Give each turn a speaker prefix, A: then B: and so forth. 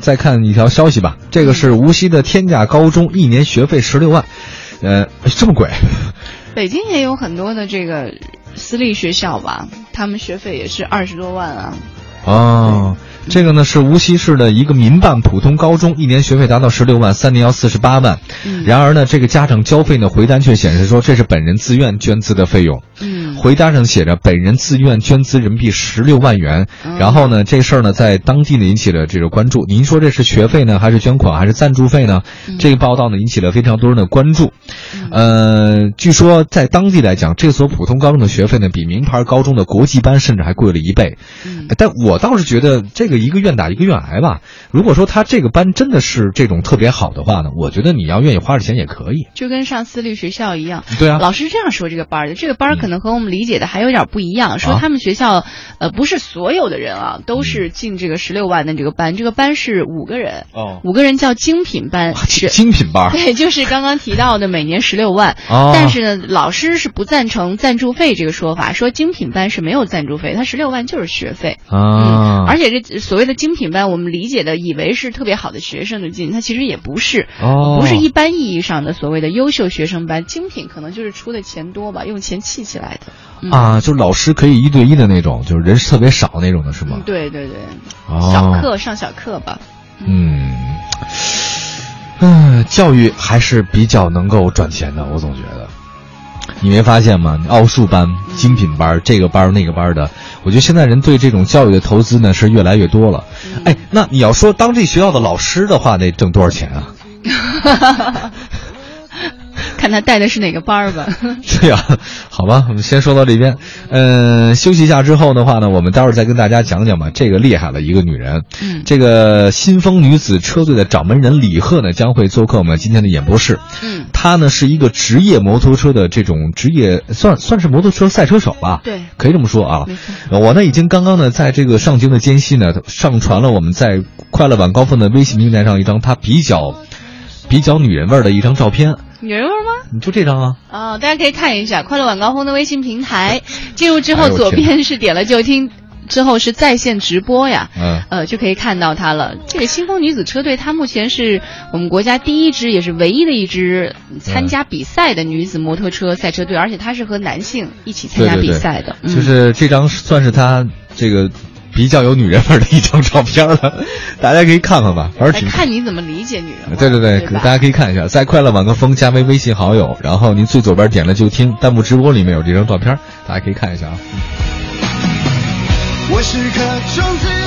A: 再看一条消息吧，这个是无锡的天价高中一年学费十六万，呃，这么贵？
B: 北京也有很多的这个私立学校吧，他们学费也是二十多万啊。
A: 哦，这个呢是无锡市的一个民办普通高中，一年学费达到十六万，三年要四十八万。
B: 嗯
A: 然而呢，这个家长交费呢回单却显示说这是本人自愿捐资的费用。
B: 嗯
A: 回单上写着本人自愿捐资人民币十六万元。
B: 嗯
A: 然后呢，这事儿呢在当地呢引起了这个关注。您说这是学费呢，还是捐款，还是赞助费呢？
B: 嗯
A: 这个报道呢引起了非常多人的关注。呃，据说在当地来讲，这所普通高中的学费呢比名牌高中的国际班甚至还贵了一倍。
B: 嗯
A: 但我倒是觉得这个一个愿打一个愿挨吧。如果说他这个班真的是这种特别好的话呢，我觉得你要愿意花这钱也可以。
B: 就跟上私立学校一样。
A: 对啊，
B: 老师这样说这个班儿的，这个班儿可能和我们理解的还有点不一样。
A: 啊
B: 说他们学校，呃，不是所有的人啊，都是进这个十六万的这个班，这个班是五个人，
A: 哦，
B: 五个人叫精品班，是，
A: 精品班儿
B: 对，就是 刚刚提到的每年十六万。
A: 哦，
B: 但是呢，老师是不赞成赞助费这个说法，说精品班是没有赞助费，它十六万就是学费。
A: 啊，
B: 嗯而且这所谓的精品班，我们理解的以为是特别好的学生的进，它其实也不是，
A: 哦，
B: 不是一般意义上的所谓的优秀学生班。精品可能就是出的钱多吧，用钱砌起来的。嗯、，
A: 啊，就老师可以一对一的那种，就是人特别少那种的是吗
B: 嗯，？对对对，
A: 哦
B: 小课上小课 吧。
A: 嗯，嗯，教育还是比较能够赚钱的，我总觉得。你没发现吗？奥数班、精品班，这个班儿那个班儿的，我觉得现在人对这种教育的投资呢是越来越多了。
B: 嗯
A: 哎，那你要说当这学校的老师的话，得挣多少钱啊？
B: 看他带的是哪个班 儿吧。
A: 对呀、好吧，我们先说到这边。嗯，休息一下之后的话呢，我们待会儿再跟大家讲讲吧。这个厉害了，一个女人，
B: 嗯
A: 这个新丰女子车队的掌门人李贺呢，将会做客我们今天的演播室。
B: 嗯，
A: 她呢是一个职业摩托车的这种职业，算算是摩托车赛车手吧。
B: 对
A: 可以这么说啊
B: 没错。
A: 呃我呢已经刚刚呢在这个上京的间隙呢，上传了我们在快乐晚高峰的微信平台上一张她比较比较女人味儿的一张照片，
B: 女人味儿吗？
A: 你就这张啊。
B: 啊、大家可以看一下快乐晚高峰的微信平台，进入之后
A: 哎呦
B: 左
A: 天
B: 边是点了就听，之后是在线直播呀。
A: 嗯
B: 呃，就可以看到它了。这个新丰女子车队，它目前是我们国家第一支，也是唯一的一支参加比赛的女子摩托车赛车队，而且它是和男性一起参加比赛的。
A: 就
B: 嗯、
A: 是这张算是她这个比较有女人味儿的一张照片了，大家可以看看吧，反正
B: 哎，
A: 挺。
B: 看你怎么理解女人了。
A: 对对对，
B: 啊对
A: 可
B: 吧
A: 大家可以看一下，在快乐晚高峰加为微信好友，然后您最左边点了就听，弹幕直播里面有这张照片，大家可以看一下啊。
C: 我时刻种子